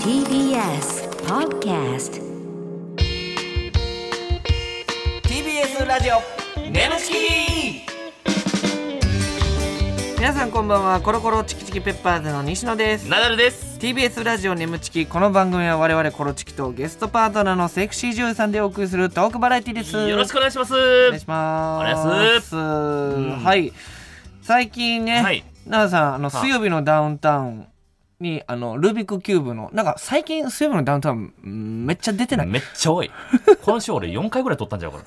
TBS Podcast TBS ラジオネムチキ皆さんこんばんはコロコロチキチキペッパーズの西野ですナダルです。 TBS ラジオネムチキこの番組は我々コロチキとゲストパートナーのセクシー女優さんでお送りするトークバラエティですよろしくお願いします。お願いしますお願いしますんはい最近ね、はい奈良さんあのは水曜日のダウンタウンにあのルービックキューブのなんか最近水曜日のダウンタウンうんめっちゃ出てないめっちゃ多い。今週俺4回ぐらい撮ったんじゃうかな。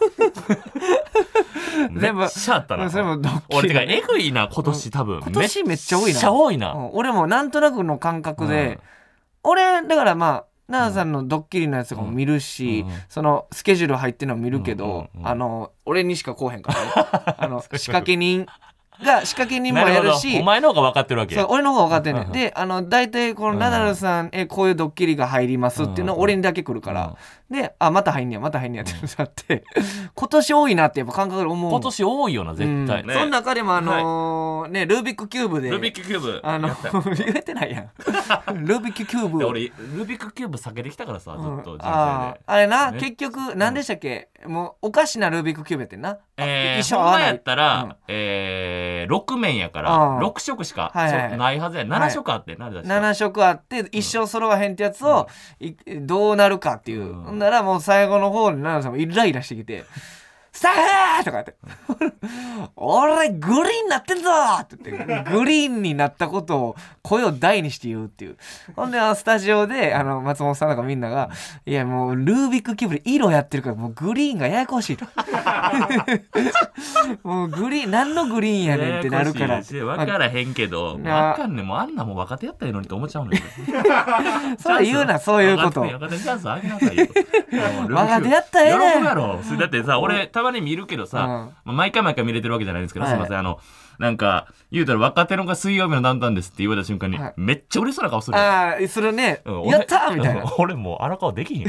全部めっちゃあったな。それもドッキリ俺てかえぐいな今年多分。今年めっちゃ多いなめっちゃ多いうな。ん俺もなんとなくの感覚で、俺だからまあ奈良さんのドッキリのやつとかも見るし、うんうんうんそのスケジュール入ってるの見るけど、うんうんうんあの俺にしか来おへんから、 ね、あのういうこと仕掛け人が仕掛け人もなるやほるど。しお前の方が分かってるわけそう。俺の方が分かってんねうんんうんであの大体このナダルさんえこういうドッキリが入りますっていうのをうんうん俺にだけ来るからであまた入んねやまた入んねやってなって今年多いなってやっぱ感覚で思う今年多いよな絶対。うんその中でもあのーねルービックキューブでルービックキューブ。あのやったよ言えてない やんルービックキューでブ俺ルービックキューブ避けてきたからさずっうんと人生あでー。あれな、ね結局何でしたっけ、もうおかしなルービックキューブやってんな、え一ー、緒合ほわんまないやったら、うんえー、6面やかあらあ6色しか、はいはいはいそうないはずや7色あって、なるだし7色あって一生揃わへんってやつを、いどうなるかっていう、うんほんならもう最後の方に奈々さんもイライラしてきて「スタッフ!」とかやって 「俺グリーンなってんぞ!」って言ってグリーンになったことを声を大にして言うっていうほんであのスタジオであの松本さんとかみんなが「いやもうルービックキューブで色やってるからもうグリーンがややこしい」と。 もうグリーン何のグリーンやねんってなるからややこしいし分からへんけど、分なかんねん。もうあんなもん若手やったらいいのにと思っちゃうのよ。 それ言うなそういうこと 若手にチャンスあげ なさいよ。若手やったらええねん喜ぶやろ。だってさ、俺、たまに見るけどうんさ、まあ毎回毎回見れてるわけじゃないんですけど、はいすいません。あの、なんか、言うたら若手の子が水曜日のダウンタウンですって言われた瞬間にはい、めっちゃ嬉しそうな顔するよ。ああするね、うんやったーみたいな。俺もう荒川できひん。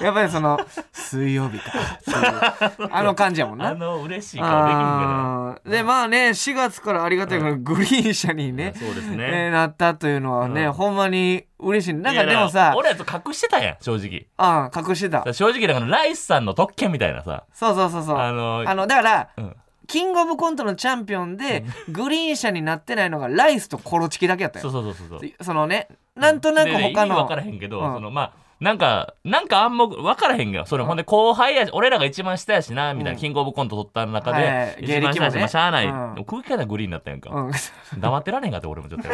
やっぱりその水曜日かそうい うあの感じやもんあな。の嬉しい顔できひんかあーでまあね4月からありがたいからグリーン車にら。ね、そうですえーね。なったというのはね、うんほんまに嬉しいなんかいやでもさ俺やと隠してたやん、正直。あー隠してただから正直、だからライスさんの特権みたいなさ。そうそうそうそうああのの、だから、うんキングオブコントのチャンピオンでグリーン車になってないのがライスとコロチキだけやったそうよそうそうそうそう。そのねなんとなくでね他意味の分からへんけど、うんそのまあなんかなんか暗黙分からへんよそれほんで後輩やし俺らが一番下やしなみたいな、うんキングオブコント取った中で、はいはい一番下芸や歴もし、ねまあ、しゃあない、うん空気感がグリーンだったやんか、うん黙ってられへんかって俺もちょっと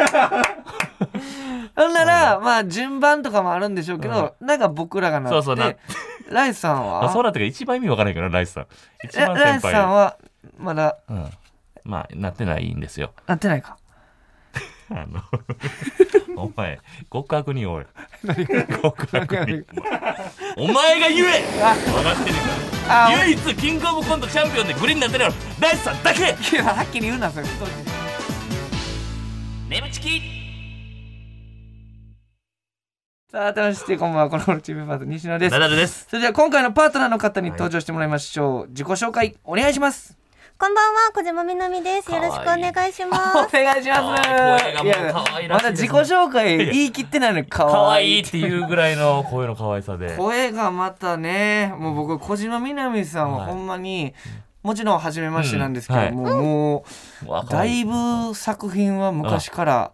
ほんなら、まあ、順番とかもあるんでしょうけど、なんか僕らがなって、そうそうなライスさんあそうはだったから一番意味分からへんけどなライスさん一え番ライ先スさん輩は、まだ、で、うん、まあなってないんですよなってない か。あ のお前極悪人おい極悪人お前が言えあ分かってるあから唯一キングオブコントチャンピオンでグリーンになってるのはライスさんだけいやはっきり言うな、それ。眠ちきさあ、楽しくこんばんは、この頃チームパート西野ですナ。ダルです。それでは、今回のパートナーの方に登場してもらいましょう。自己紹介、お願いします。こんばんは、小島みなみです。よろしくお願いし おます。願いします。声がもう可愛らしいですねまだ自己紹介言い切ってないのに、か可わいい。愛いっていうぐらいの声の可愛さ で。声がまたねもう僕小島みなみさんははいほんまに、もちろん初めましてなんですけど、うんはいもうも わう可だ愛いぶ作品は昔から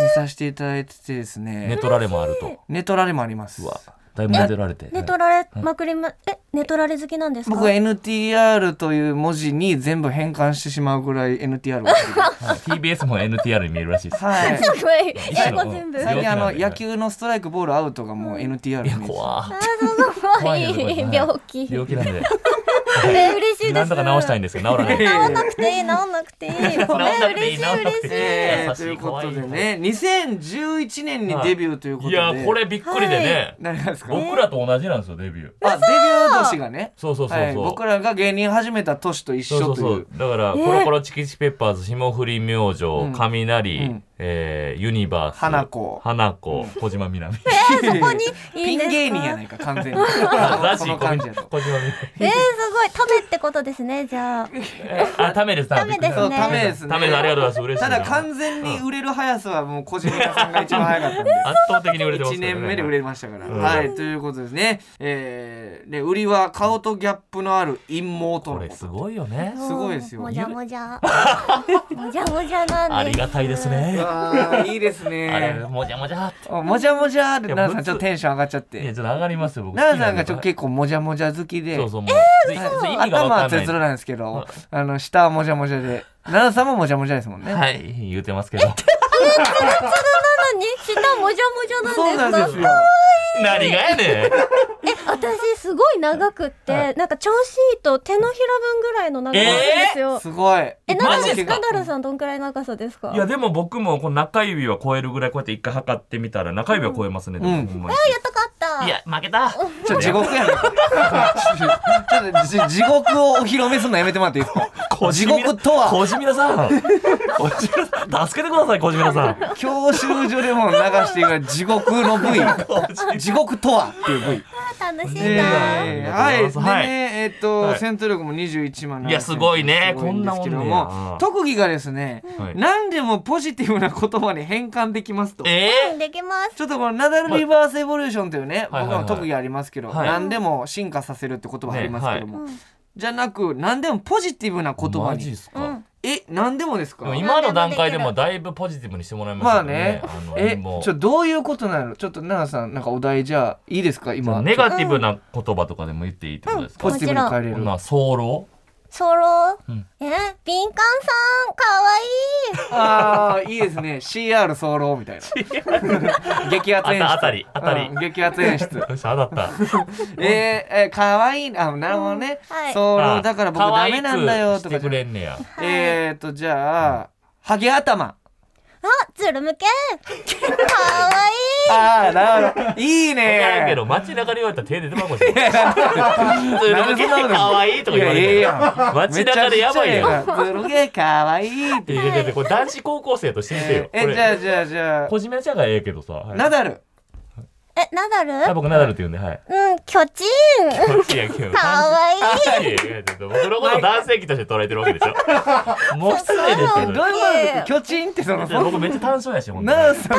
見させていただいててですね寝取られもあると。寝取られもありますうわ、だいぶ寝取られて。寝取られまくりま、え、寝取られ好きなんですか僕は NTR という文字に全部変換してしまうぐらい NTR を好きで はい TBS も NTR に見えるらし いです。はいすごい、一緒英の語全部。最近あの病気なんだよ野球のストライクボールアウトがもう NTR いや、に怖ー。すごい、よねこれはい病気。病気なん で。え、嬉しいです。なんとか治したいんでですけど、治らない。治んなくていい、治んなくていい。え、んなくてい嬉いし治んい、なく嬉ていしいい。えーとい優しうい可こ愛いとでね2011年にデビューということいで、や、これびっくりでね。何がですか僕らと同じなんですよ、デビュー。あデビュー年がねそうそうそうはい、そう。僕らが芸人始めた年と一そうそ緒うというそうだから、コロコロチキチキペッパーズ霜降り明星、うん雷、うんえーユニバース花子花子小島みなみえー、そこにいいピんですかン芸人やないか完全に ラそジのコ感じやと小島みなえ みー、すごい。ためってことですね、じゃあ。えあ、ためです。ためですねそうためですねためありがとうございます。嬉しいたな。だ完全に売れる速さはもう小島さんが一番早かったんで圧倒的に売れてます1からね。年目で売れましたから、うんはいということですねえー、で売りは顔とギャップのある陰謀とこのれこすとごいよね。すごいですよもじゃもじゃ。もじゃもじゃなんです。ありがたいです。ね。あいいです あれねもじゃもじゃって。おもじゃもじゃーっていや奈々さんむつちょっとテンション上がっちゃっいやてちょっと上がりますよ僕。奈々さんがちょっと好き結構もじゃもじゃ好きでなのそうそうもう。全然はい意味が頭はわかつんるつるなない。んですけど、あの下はもじゃもじゃで奈々さんももじゃもじゃですもんね、はい言うてますけど。なのに、下もじゃもじそうゃななんでんすかですよ何がやねん。え、私すごい長くって、はなんか調子いいと手のひら分ぐらいの長さなんですよ。すごいえ、ナダマジっルすかナダルさんどんくらい長さですかいやでも僕もこの中指は超えるぐらいこうやって一回測ってみたら中指は超えますね。でもうんほんまにやったかった。いや負けた。ちょっと地 獄やねちょっとじ地獄をお披露目するのやめてもらっていいですか地獄とは小島さん。小島さん助けてください小島さん。教習所でも流している地獄の部位地獄とはっていう部位楽しいな。えーはありいがとうございますはいでねえっとはい戦闘力も21万いやすごいねすごんですけどこんなもんねうもん特技がですねはい何でもポジティブな言葉に変換できますとえーうんできます。ちょっとこのナダルリバースエボリューションというね、はい僕はいのはい特技ありますけど、はい何でも進化させるって言葉ありますけども、ねはいじゃなく何でもポジティブな言葉マジっにすうか、ん。え何でもですでもか今の段階でもだいぶポジティブにしてもらいましまたあねね。あのえもうちょどういうことなのちょっと奈々さんなんかお題じゃあいいですか今ネガティブな言葉とかでも言っていいってことですか、ポうんジティブに変えれこるんな早漏ソロ。うんえ、敏感さん、かわいい。あーいいですね CR 早漏みたいな 激アツ演出あたあたりあたりうん激アツ演出よし当たったえー、えー、かわいいなあなるほどねうんはい早あ漏だから僕ダメなんだよと可か愛くしてじゃくれんねやえーとじゃあハゲ頭あ、ズル向け。かわいい。ああ、なるほど。いい分からんけねど。街中で言われたら手出てまうかもしれないズルゲーかわいいとか言われいやいやていや街中でやばいやんめっちゃちっちゃいなブルゲーかわいいっいて。やいやいやこれ男子高校生としてみてよえ、じゃあじゃあじゃ小島ちゃんがええけどさ、はあ、いナダル。え、ナダあル。僕ナダルって言うんではいうん、巨 人。こっちやけどかわいい。いやいやいやちょっと僕のこと男性器として捉えてるわけでしょもう失礼でどすけういうどこと巨人ってその、いやそ僕めっちゃ単勝やしほんとナダルさん、単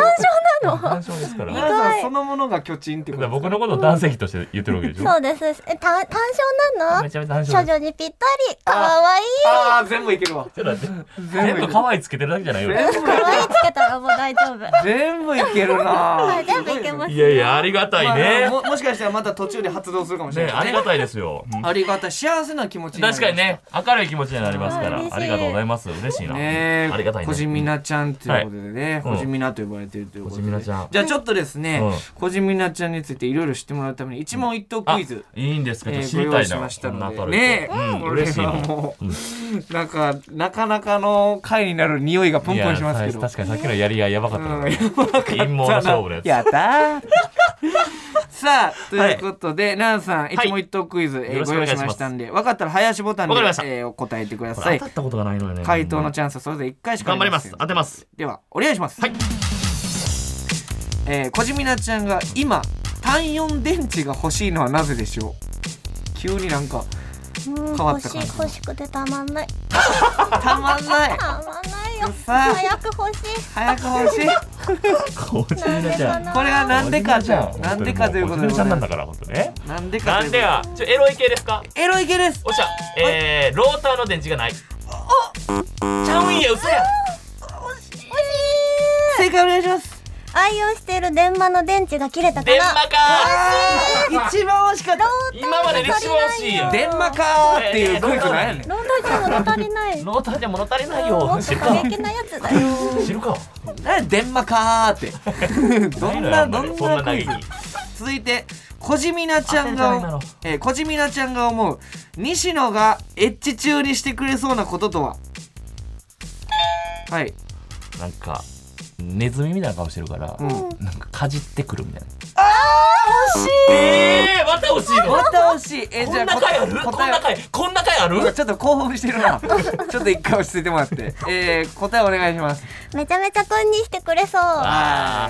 勝ですからナダルさんそのものが巨人ってだことですか。から僕のことを男性器として言ってるわけでしょそうです。え、た、単勝なめの。ちゃめちゃ単少勝です女にぴったり。かわいい。ああ、全部いけるわ。ちょっと待って全全部い部ける。可愛いつけてるだけじゃないよ全部かわいいつけたらもう大丈夫。全部いけるなはい、。全部いけます。いやいやありがたいまあねももしかしたらまた途中で発動するかもしれねなあいりね。がたいです ようんありがたい。幸せな気持ちになりまし確たかにね明るい気持ちになりますからはい嬉しいありがとうございます嬉しいなねありがたいね小島なちゃんということでね、はい小島なと呼ばれてるということで、小島なちゃんじゃあちょっとですね、うん小島なちゃんについていろいろ知ってもらうために一問一答あクイズ、いいんですかちょえっと知ーごりた用意いしなましたのでこんな明るいね子うん嬉し こいれなはもううんなんかなかなかの回になる匂いがポンポンしますけいどや確かにさっきのやり合いやばかったですね陰謀の勝負のやつやったー さあということで、ナンさん一問一答クイズ、えーよろしごくお用願意しいしまますしたんで分かったら林ボタンで、わえかりましたーお答えてくだこされい当たったことがないのよね回答のチャンスはそれぞれ1回しかあ頑張りませんす当てますではお願いします、はいえー、小島なちゃんが今単四電池が欲しいのはなぜでしょう急になんかうん、変わっ欲たしい感じ欲しくてたまんない。たまん ないたまんないよ。さあ早く欲しい。早く欲しい小なんで島ちゃかんな。これはなんでかじゃん本当になんでかということでも小島ごちざゃいんまなんすだから本当ねなんでかなといんうことでやちょエロい系ですかエロいけですおっしゃえー、ローターの電池がないおちゃうんや嘘や正解お願いします愛用している電話の電池が切れたか電らマ。かあー一番惜しかった今までで一番惜しいよ電マかーっていうクイズなんやねんローターじゃ物足りない。ローターじゃ物足りないもよっ知とるか過激なやつだよ。知るかなんで電マかー ってどんなどんそんなな投クげイにズ続いて小島なちゃん当てるじゃないだがろ、えー、小島なちゃんが思う西野がエッチ中にしてくれそうなこととははい、なんかネズミみたいな顔してるからうん、なんかかじってくるみたいな惜惜しええまた欲しいいのまた惜しいえこんな回あるこんな回こんな回あるちょっと興奮してるなちょっと一回落ち着いてもらってえー、答えお願いしますめちゃめちゃこんにしてくれそうあ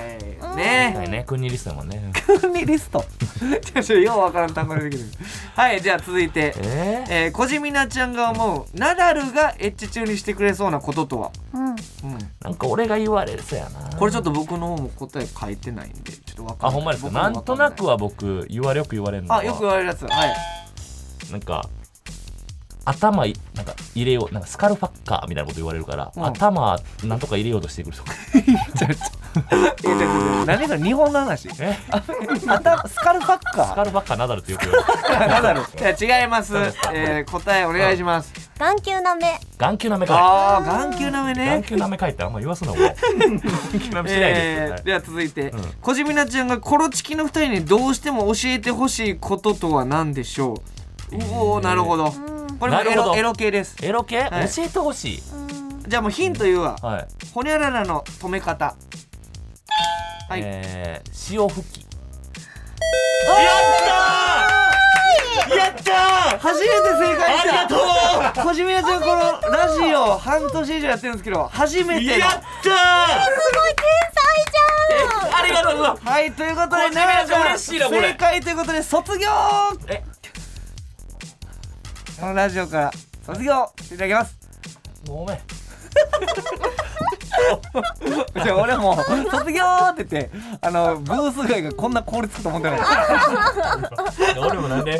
はういんねね国リスト もねえクリストちょっとようわからん単語出てくるはいじゃあ続いてえええー、小島なちゃんが思うナダルがエッチ中にしてくれそうなこととは、うんうん、なんか俺が言われそうやなこれちょっと僕の方も答え書いてないんでちょっとわかんないあほんまですか僕もわなかんとなくは僕言われよく言われるのはあよく言われるやつはいなんか頭いなんか入れようなんかスカルファッカーみたいなこと言われるから、うん頭なんとか入れようとしてくるとかえちょちょちょ何それ日本の話え頭スカルファッスカカルファッカーナダルってよく言われるーナダルいや違いますそうですか、えー、答えお願いします眼球な目眼球なめかあー眼球なめい眼ね球なめかいってあんま言わ すなもう眼球なめしないですよ、えはいー、では続いて、うん小島なちゃんがコロチキの二人にどうしても教えてほしいこととは何でしょう、おおなるほどうんこれもなエるほロどエロ系ですエロ系、はい教えてほしいうんじゃあもうヒント言うわ。はい、ほにゃららの止め方。はい。えー、潮吹きやったー初めて正解したありがとう小島ちゃんこのラジオ半年以上やってるんですけど、初めての。たーすごい天才じゃんありがとうございますはい、ということで、小島よし奈々嬉しいなこれ正解ということで、卒業えこのラジオから卒業していただきます。ごめんじゃあ俺もう、卒業って言って、あの、ブース外がこんな凍りつくと思ってなかっ俺もなんで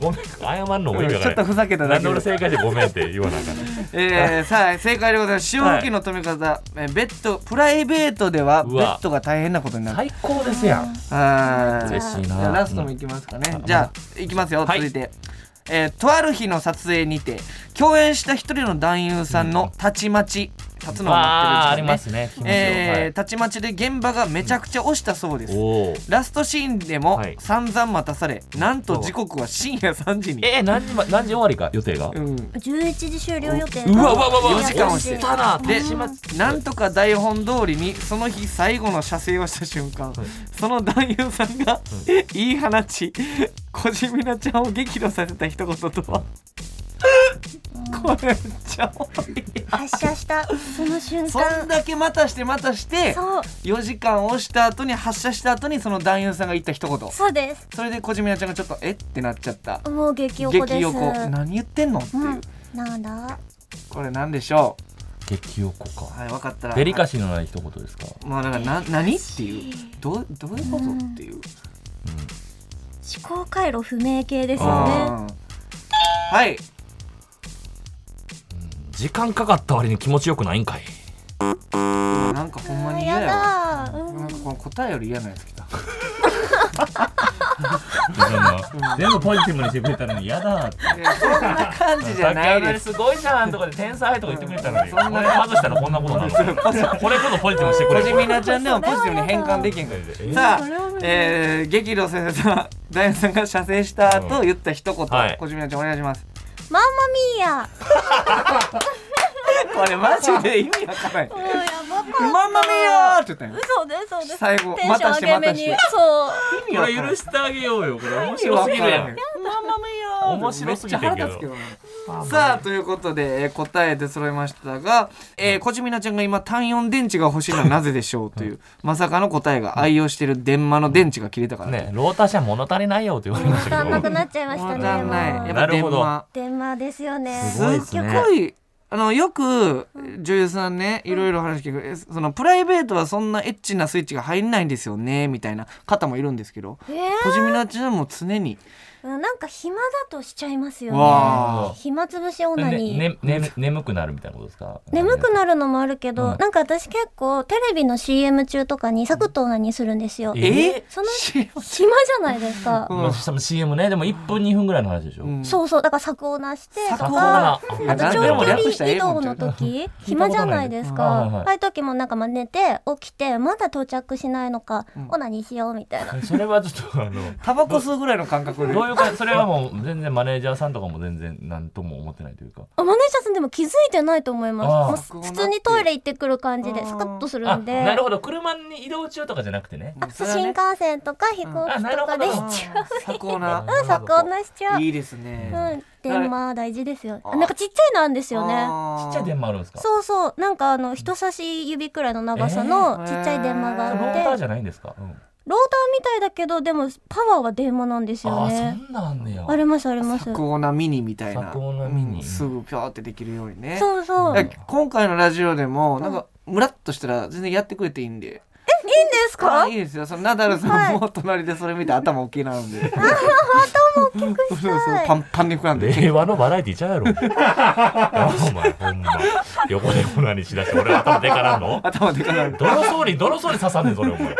ごめん謝るのも意た。味ちょがなっいとふざけただなんけでで俺正解でごめんって言わなあかんのえー、さあ正解でございます潮吹きの止め方、えーベッドプライベートではベうわッドが大変なことになる最高ですやんはい嬉しいなじゃあラストもいきますかね、うんじゃあいきますよはい続いて、えーとある日の撮影にて共演した一人の男優さんのたちまち立つのをあーあ待ってるりんでますすね。気持ちをえー、たちまちで現場がめちゃくちゃ押したそうです、はいおーラストシーンでもはい散々待たされ、なんと時刻は深夜3時に、えー、何時ま何時終わりか予定が。うん、 11時終了予定うわうわうわうわ。四時間押して押たな。で立ちまなんとか台本通りにその日最後の射精をした瞬間、その男優さんが「いい放ち小島なちゃんを激怒させた一言とは」これめっちゃ多い発射したその瞬そん間だけ待たして待たしてそう4時間押した後に発射した後にその男優さんが言った一言そうですそれで小島なちゃんがちょっと「えっ?」てなっちゃったもう激横です激横何言ってんのっていう、うんなんだこれ何でしょ激おこうか。はい分かったらデリカシーのない一言ですか。まあなんかな何っていうどうどういうことっていう。思考回路不明系ですよねあーはい時間かかった割に気持ちよくないんかい。なんかほんまに嫌あやわやだーうんなんかこの答えより嫌なやつ来た全部ポジティブにしてくれたのに嫌だって。いやそんな感じじゃないですすごいじゃんとかで天才とか言ってくれたのに、そんなこれ外したらこんなことなの。これこそポジティブにしてく小れる。島なちゃんでもポジティブに変換できへんかえーらさあそれは無、理えー、激怒させた大さんが射精した後言った一言、はい小島なちゃんお願いしますマンマこれマジで意味わからないミーヤもうやばかっ「たマンマミーヤー!」って言ったんや嘘ですそうです最後テンション上げめまたしてまにたしそう意味こわれ許してあげようよ。これ面白かすらぎるやん。マンマミーヤー面白すぎてんけめどっちゃ腹立つけどなさあということで、えー答え出揃いましたが、えー、小島なちゃんが今単4電池が欲しいのはなぜでしょうという、まさかの答えが愛用してる電マの電池が切れたから、ね、ローター車物足りないよって言われまわ したかんなけくど。なっちゃいましわたかねんないやもっぱなる電ほどマう電話ですよねすすごいっっすねごいあのよく女優さんねいろいろ話聞く、えそのプライベートはそんなエッチなスイッチが入んないんですよねみたいな方もいるんですけどえ小島なちゃんも常にー、なんか暇だとしちゃいますよねわあ暇つぶしオナニー、ねねね眠くなるみたいなことですか眠くなるのもあるけど、うんなんか私結構テレビの CM 中とかにサクッとオナニーするんですよ、ええそのし暇じゃないですか、うんまあ、しかも CM ねでも1分2分ぐらいの話でしょ、うんそうそうだから作オナしてとサクかオナあと長でも距略した離らえ移えの動んちゃのう時暇じゃないですか、聞いたことないですうんはいはいああいう時もなんかまあ寝て起きてまだ到着しないのか、オナニーしようみたいなそれはちょっとあのタバコ吸うぐらいの感覚でどういうれからそれはもう全然マネージャーさんとかも全然何とも思ってないというかあマネージャーさんでも気づいてないと思います。あーもう普通にトイレ行ってくる感じでスカッとするあんなでる。ほど車に移動中とかじゃなくてねあ、そそうれはね新幹線とか飛行機とかであなるほどしちゃう。最高なうん、作家なしちゃう。いいですねうん、電話大事ですよ。ああなんかちっちゃいのあるんですよね。ちっちゃい電話あるんですかそうそう、なんかあの人差し指くらいの長さのちっちゃい電話があロって、ーターじゃないんですか、うんローターみたいだけど、でもパワーは電話なんですよあね。そんなんあんねやありますあります。作家なミニみたいな作家なミニうんすぐぴょーってできるようにねそうそう。だいいから今回のラジオでもなんかムラっとしたら全然やってくれていいんでんですかあい？いですよそのナダルさんも隣でそれ見て頭大きいなんで頭大きくしたいパンパンに膨らんで令和のバラエティちゃう やろ。やばいお前、ほんま。横でこんなにしだして、俺頭でからんの頭でかなる泥そうに、泥そうに刺さんねん、それ、お前。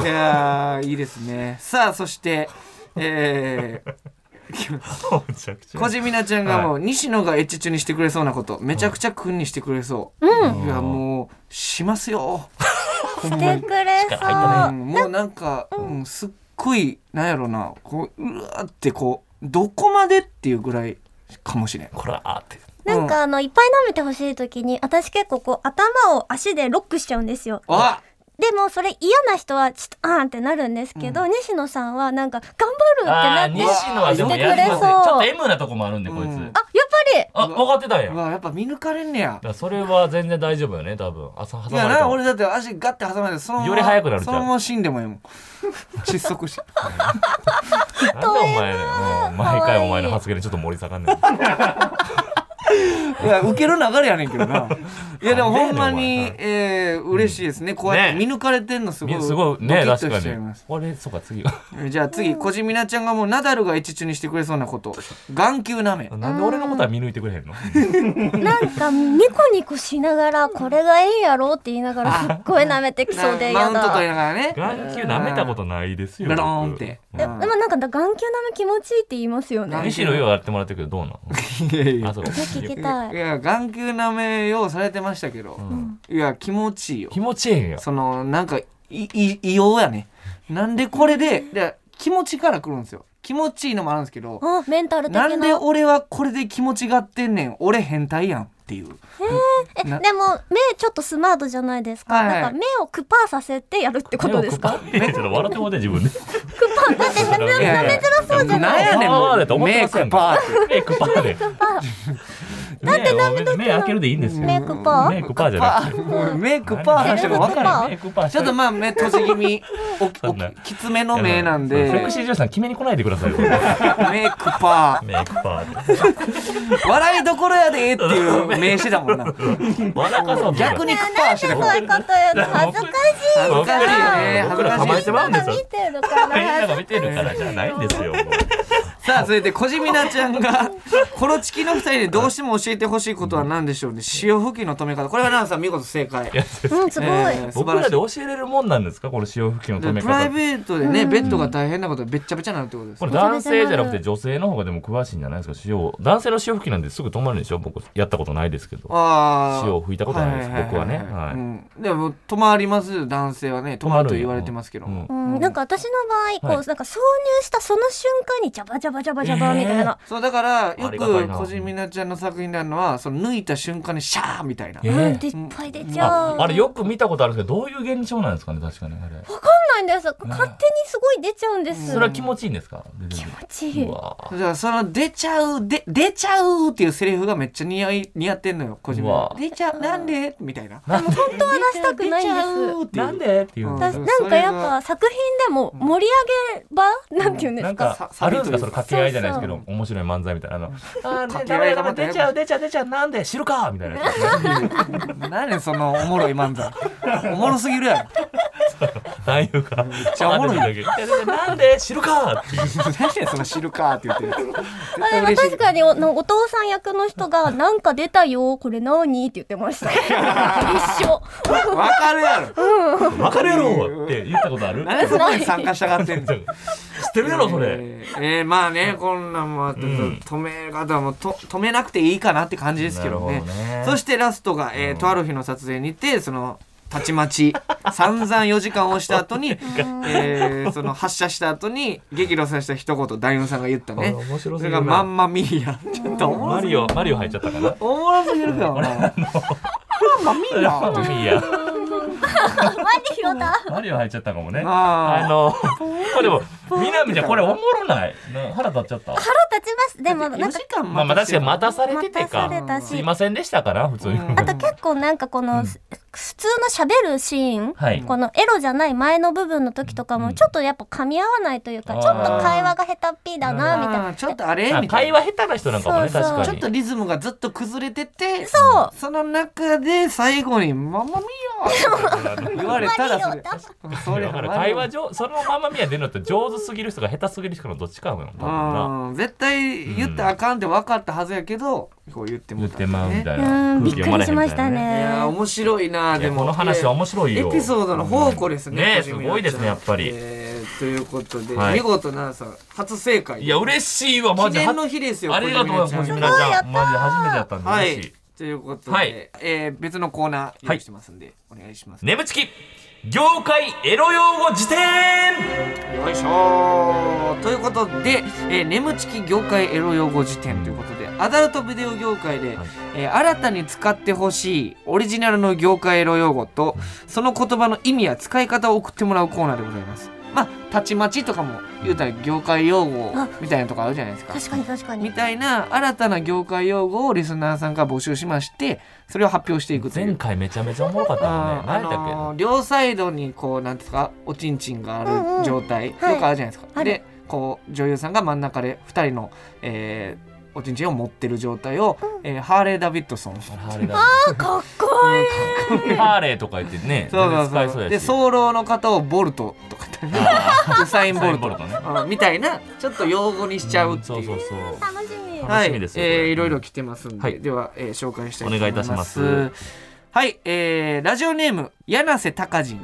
いやーいいですねさあそしてえーむちゃくちゃ。小島ちゃんがもう、西野がエッチ中にしてくれそうなことめちゃくちゃ君にしてくれそう、いやもうしますよほんましてにくれそう。力入ったうんもうなんか、うん、すっごいなんやろなこううわーってこうどこまでっていうぐらいかもしれんこれ、あーって。なんかあのいっぱい舐めてほしい時に私結構こう頭を足でロックしちゃうんですよあでもそれ嫌な人はちょっとあーんってなるんですけど、西野さんはなんか頑張あー、るってなって西野はでもやりますね。ちょっと M なとこもあるんで、こいつ。うんあやっぱりあ、分かってたんや。うだかわやっぱ見抜かれんねやらそれは全然大丈夫よね、多分。朝挟いまれやてなも。俺だって足ガッて挟まれてそのままより速くなるじゃんそのまま死んでもええもん窒息しなんでお前ね、うん毎回お前の発言でちょっと盛り下がんねん。いや受ける流れやねんけど ないやでもほんまなんでやねんにお前えー嬉しいですねこうやって見抜かれてんのすごいみすごいね、ドキッと確かしちゃいまにす。俺、そうか、次は。じ ゃあ次小島なちゃんがもうナダルが一中にしてくれそうなこと眼球なめなんで俺のことは見抜いてくれへんのなんかニコニコしながらこれがええやろって言いながらすっごい舐めてきそうで嫌なマウント取りだながらね眼球舐めたことないですよ。ブローン僕ってうんででもなんか眼球舐め気持ちいいって言いますよね眼西野ようやってもらってるけどどうなんいやいあやそうか聞きたいいや眼球なめようされてましたけど、んいや気持ちいいよ気持ちええんやそのなんかいい異様やねなんでこれでで気持ちからくるんですよ気持ちいいのもあるんですけどあメンタル的ななんで俺はこれで気持ちがってんねん俺変態やんっていうえなでも目ちょっとスマートじゃないですか、はいはいなんか目をクパーさせてやるってことですかいやちょっと笑ってもうて自 分でクパーだって 全然やい舐やめづらそうじゃななんいやねんパワーでともう思ってメイクますやんパーってメイクパーでクパーだって目開けるでいいんですよメイクパーメイクパーじゃなくてもうメイクパーの人が分からんんメイクパーちょっとまあ目閉じ気味おき そおんなききつめの目なんでセクシー女優さん決めに来ないでください よメメイクパイクパーー笑いどころやでっていう名刺だもん なで笑かそう逆にクパーしてるそういうこと言うの恥ずかしい恥ずかしいね僕恥ずら構かえしていまうんみでんすなよ見てるからみんな恥がず見てるからじゃないんですよさあそれで小島なちゃんがコロチキの二人でどうしても教えてほしいことは何でしょうね潮吹きの止め方これは奈良さん見事正解うんすごい、えー素僕晴ららしでい教えれるもんなんですかこの潮吹きの止めプライ方ベートでねベッドが大変なことでべっちゃべちゃになるってことですこれ男性じゃなくて女性の方がでも詳しいんじゃないですか潮男性の潮吹きなんてすぐ止まるでしょ僕やったことないですけどああ潮を吹いたことないです、僕はね、ははいいうんでも止まりますよ男性はね止まると言われてますけどうんもうん、なんか私の場合こう、はいなんか挿入したその瞬間にジャバジャバジャバジャバみたいな、そうだからよありがたいくな小島なちゃんの作品であるのはその抜いた瞬間にシャーみたいなえーうんでいっぱい出ちゃう、ああれよく見たことあるんですけどどういう現象なんですかね確かにあれわかんないんです勝手にすごい出ちゃうんです、それは気持ちいいんですか気持気持ちいいうわーだからその出ちゃうで出ちゃうっていうセリフがめっちゃ似合い似合ってんのよ小う島わ出ちゃうなんでみたいななんで本当は出したくないんですっていうなんでっていうのがだうなんかやっぱ作品でも盛り上げ場、なんて言うんでなすんかかあるんですかその掛け合いじゃないですけそど面白い漫才みたいなあのあ掛ーねけ合いがダメまたダメ出ちゃう出ちゃう出ちゃうなんで知るかみたいなやつ何やそのおもろい漫才おもろすぎるやん男優がちゃおもろい出ちゃう出ちゃうなんで知るかっていう何やその知るかって言ってるやつあでも嬉しい確かにおのお父さん役の人が「なんか出たよこれ何?」って言ってま した一緒わかるやろわかるやろって言ったことある何でそこに参加したがってん知のってるやろそれえーえーまあねこんなんもあって、ん止め方もと止めなくていいかなって感じですけどねなるほどねそしてラストが、えーとある日の撮影にてそのたちまち 散々4時間押した後 に、えーその発射した後に激怒させた一言大野さんが言ったねこれ面白すぎるなそれが「まんまミーヤ」ちょっとおもろマすぎリオ、マリオ入っちゃったかな。おもろすぎるからな「まんまミーヤ」ママリオリオだ。マリオ入っちゃったかもね。あーあの、これでも、みなみちゃん、これおもろない。な腹立っちゃった。腹立ちます。でも、な4んか時。間まあまあ待確かにた待たされて待てたされか。たすいし。ませんでしたから、普通に。うんあと結構なんかこの、す普通の喋るシーン、はいこのエロじゃない前の部分の時とかうもんちょっとやっぱ噛み合わないというか、あーちょっと会話が下手っぴだなみたいなあーちょっとあれあみたい会な話下手な人なんかもね、そうそう確ちかょっにと。リズムがずっと崩れててそうその中で最後に「まんまミーヤ」言われたらそれそれだから会話上そのままみや出るのって上手すぎる人か下手すぎる人のどっちかやもん多分なうん絶対言ったらあかんって分かったはずやけど、こう言っても言っうたてまうみたいうんなびっくりしましたいねやー面白いなーいでやもこの話面白いエよピソードの宝庫ですうんね,小え島すちゃん、ごいですねやっぱりえーということで、はい見事なさん初正解いや嬉しいわマ記ジで念の日ですよありがとう小小島島ちちゃんゃんすごいやったマジで初めてやったんでは嬉いしいということで、はいえー別のコーナー用意してますんで、お願いします、眠ちき業界エロ用語辞典よいしょーということで、えー眠ちき業界エロ用語辞典ということで、アダルトビデオ業界で、はいえー新たに使ってほしいオリジナルの業界エロ用語とその言葉の意味や使い方を送ってもらうコーナーでございますまあたちまちとかも言うたら業界用語あみたいなとこあるじゃないですか確かに確かみにたいな新たな業界用語をリスナーさんが募集しましてそれを発表していくという前回めちゃめちゃおもろかったもんねあ何ーやあったっけのー両サイドにこうなんですかおちんちんうがんうあるん状態よくはあいるじゃないですか、あるでこう女優さんが真ん中で2人の、えーおちんちんを持ってる状態を、えーハーレー・ダビッドソンハーレーだかっこいいハーレーとか言ってねそうそう全然使えそそううやしでう早漏の方をボルトとかってねウサイン・ボルトウサインボルトうんみたいなちょっと用語にしちゃうっていう。そうそうそう楽しみ楽はい、しみですよえこーれいろいろ来てますんで、はいでは、えー紹介したいと思います。お願いいたしますはい、えーラジオネーム柳瀬隆人、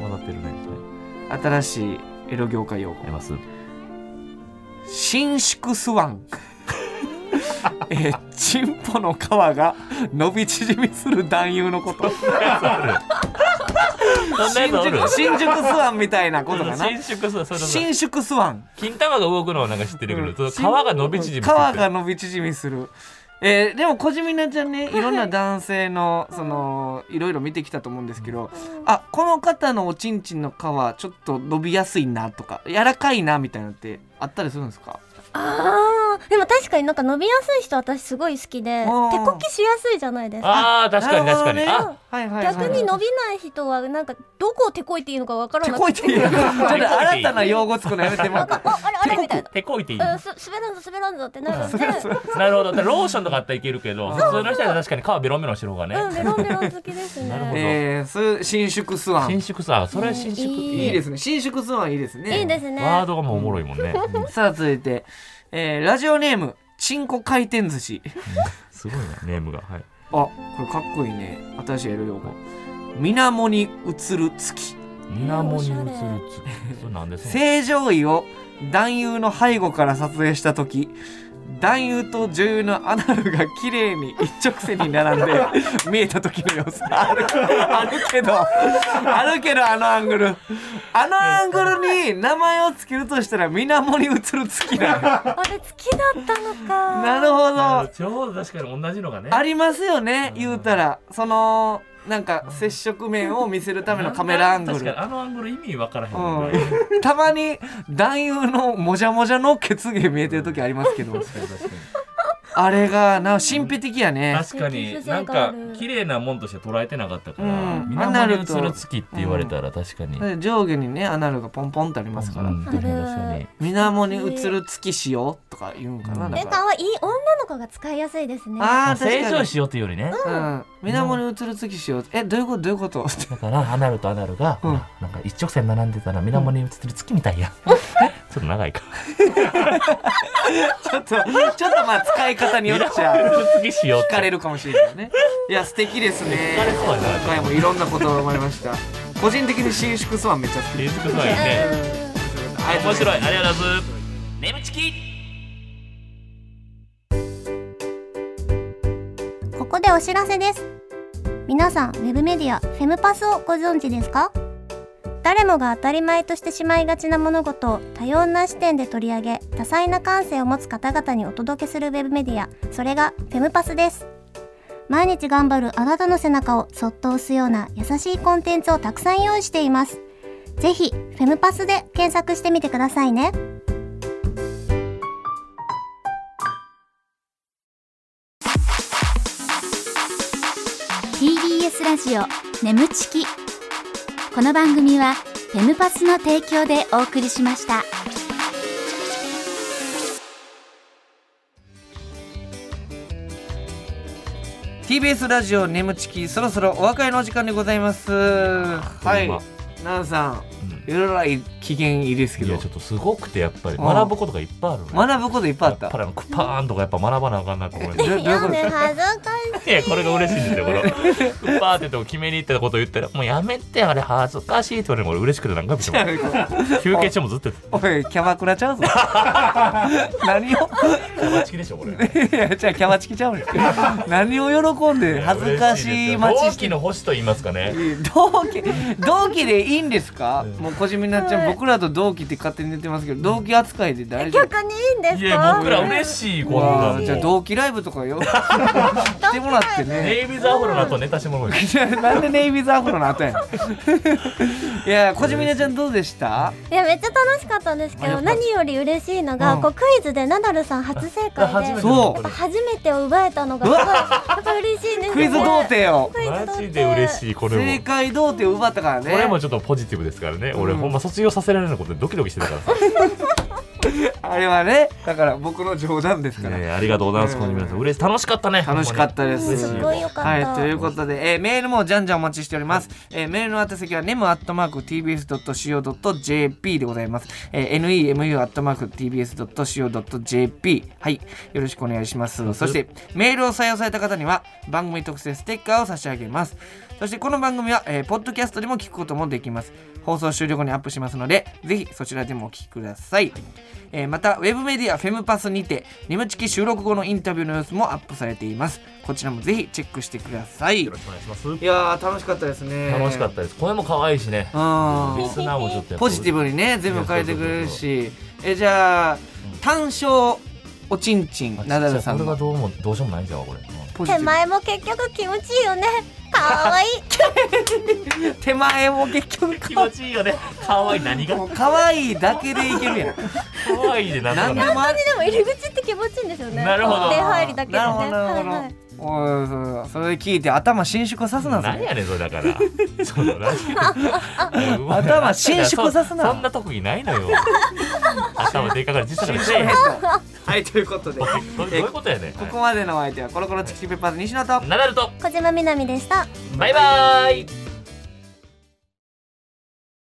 笑ってるねそれ新しいエロ業界用語あ。ります伸縮スワン えー、チンポの皮が伸び縮みする男優のこと 新そんなやつおる宿新宿スワンみたいなことかな伸縮そうそうそうそう伸縮スワン金玉が動くのはなんか知ってるけど、うんその皮が伸び縮みする皮が伸び縮みするえーでも小島ちゃんねいろんな男性のそのいろいろ見てきたと思うんですけどあこの方のおちんちんの皮ちょっと伸びやすいなとか柔らかいなみたいなのってあったりするんですかあーでも確かになんか伸びやすい人私すごい好きで手うんこきしやすいじゃないですかああ確かに確かに、なるほどあねはいはいはい逆に伸びない人はなんかどこを手こいていいのかわからてなこくいてていいちょっと新たな用語つくのやめてもらってああれあれみたいな手こいていい、うんす滑らんぞ滑らんぞってなるんでなるほどだからローションとかあったらいけるけど普通の人は確かに皮ベロンベロンしてる方がね、うんベロンベロン好きですねなるほどえー、そういう伸縮スワン伸縮さそれは伸縮、うんいいいですね伸縮スワンいいですねいいですねワードがもうおもろい もんね、うんさあ続いて、えーラジオネームチンコ回転寿司すごいなネームがはいあこれかっこいいね新しいエロ用語水面に映る月水面に映るおしゃれつそれなんでその正常位を男優の背後から撮影した時男優と女優のアナルが綺麗に一直線に並 んで見えた時の様子あるあるけどあるけどあのアングルあのアングルに名前をつけるとしたら水面に映る月なのあれ好きだったのかなるほどちょうど確かに同じのがねありますよねうん言うたらそのなんか接触面を見せるためのカメラアング確かルにあのアングル意味わからへんもんね、うん、たまに男優のもじゃもじゃの血芸見えてる時ありますけど確かに確かにあれがな神秘的やね確かに性なんがあかる綺麗なもんとして捉えてなかったから、うん水面に映る月って言われたら確かに、だって上下にねアナルがポンポンってありますから、うん確かに確かに水面に映る月しようとか言うんかな、うんだえかかわいい女の子が使いやすいですねらあー正確か常にしようというよりね、うん、水面に映る月しようえどういうことどういうこと ってだからアナルとアナルが、うんほらなんか一直線並んでたら水面に映ってる月みたいや、 ちょっと長いかちょっとちょっとまあ使い方に よっちゃ月しようっ聞かてれるかもしれないね。いや、素敵ですね。惹かれそうやな今回もいろんなことが生まれました。個人的に伸縮スワンめっちゃ好きリです。ズクさんいいねありがとうござ面います白いありがとうございます眠ちきここでお知らせです。皆さんウェブメディアフェムパスをご存知ですか誰もが当たり前としてしまいがちな物事を多様な視点で取り上げ多彩な感性を持つ方々にお届けするウェブメディアそれがフェムパスです毎日頑張るあなたの背中をそっと押すような優しいコンテンツをたくさん用意していますぜひフェムパスで検索してみてくださいね「TBS ラジオ眠ちき」この番組はフェムパスの提供でお送りしました。 TBS ラジオ眠ちきそろそろお別れのお時間でございますはいうん奈々さんいろいろ機嫌いいですけいどやちょっとすごくてやっぱりうん学ぶことがいっぱいあるね学ぶこといっぱいあっやっぱたりあのクパーンとかやっぱ学ばなあかんなと思いまどすどういうことですか恥ずかいやこれが嬉しいんですよこのクパーンってとこ決めに行ったこと言ったらもうやめてあれ恥ずかしいって言われるのが俺嬉しくて何回も言っても休憩中もずっとやっておいキャバクラちゃうぞ 何を た友達でしょこれいやじゃあキャバチキちゃうよ何を喜んで恥ずかしい待ち同し期ての星と言いますかね同期同期でいいんですかうんもう小島なっちゃん僕らと同期って勝手に言ってますけど同期扱いで大丈夫逆にいいんですかいや僕ら嬉しいこんなわもあうじゃあ同期ライブとかよ 来てもらってねネイビーズアフロの後ネタしてもらおうよいやなんでネイビーズアフロの後やねんいや小島なちゃんどうでしたいやめっちゃ楽しかったんですけあよどかった何より嬉しいのが、うんこうクイズでナダルさん初正初解めでてそうやっぱ初めてを奪えたのがすごいやっぱ嬉しいですねクイズ童貞をクイズ童マ貞ジで嬉しいこれも正解童貞を奪ったからねこれもちょっとポジティブですからね、俺うんほんま卒業させられることでドキドキしてたからさ、あれはねだから僕の冗談ですから、ねありがとうございます、うんこの皆さん嬉しい楽しかったね楽しかったですうんすごいよかった、はい、ということで、えーメールもじゃんじゃんお待ちしております。えーメールの宛先は nemu.tbs.co.jp でございます。えー nemu.tbs.co.jp。はい、よろしくお願いします。そして、メールを採用された方には、番組特製ステッカーを差し上げます。そして、この番組は、えーポッドキャストでも聞くこともできます。放送終了後にアップしますので、ぜひそちらでもお聞きください。えーまたウェブメディアフェムパスにてネムチキ収録後のインタビューの様子もアップされていますこちらもぜひチェックしてくださいいよろしくお願いしますやー楽しかったですね楽しかったです声も可愛いしねたリうんスナーもちょっとやっぱポジティブにね全部変えてくれるしえじゃあ単勝おちんちんあナダルさんちっちゃのいこれがどうもどうしようもないんじゃんこれ、うんポジテ手ィ前も結局気持ちいいよねかわいいブ手前も結局気持ちいいよね可愛い何がもう可愛いだけでいけるやん可愛いでなん何とでかもありでも入り口って気持ちいいんですよねなるほど手入りだけでねなるほどなるほど、はいはいおいそうそれ聞いて頭伸縮さすなそ何れやねんそれだからそのラジオ頭伸縮さすなそそんな特技ないのよ頭でかから実習せえへんはいということでどういうことやねんここまでのお相手はコロコロチキチキペッパーズ西野とナダルと小島みなみでしたバイバーイ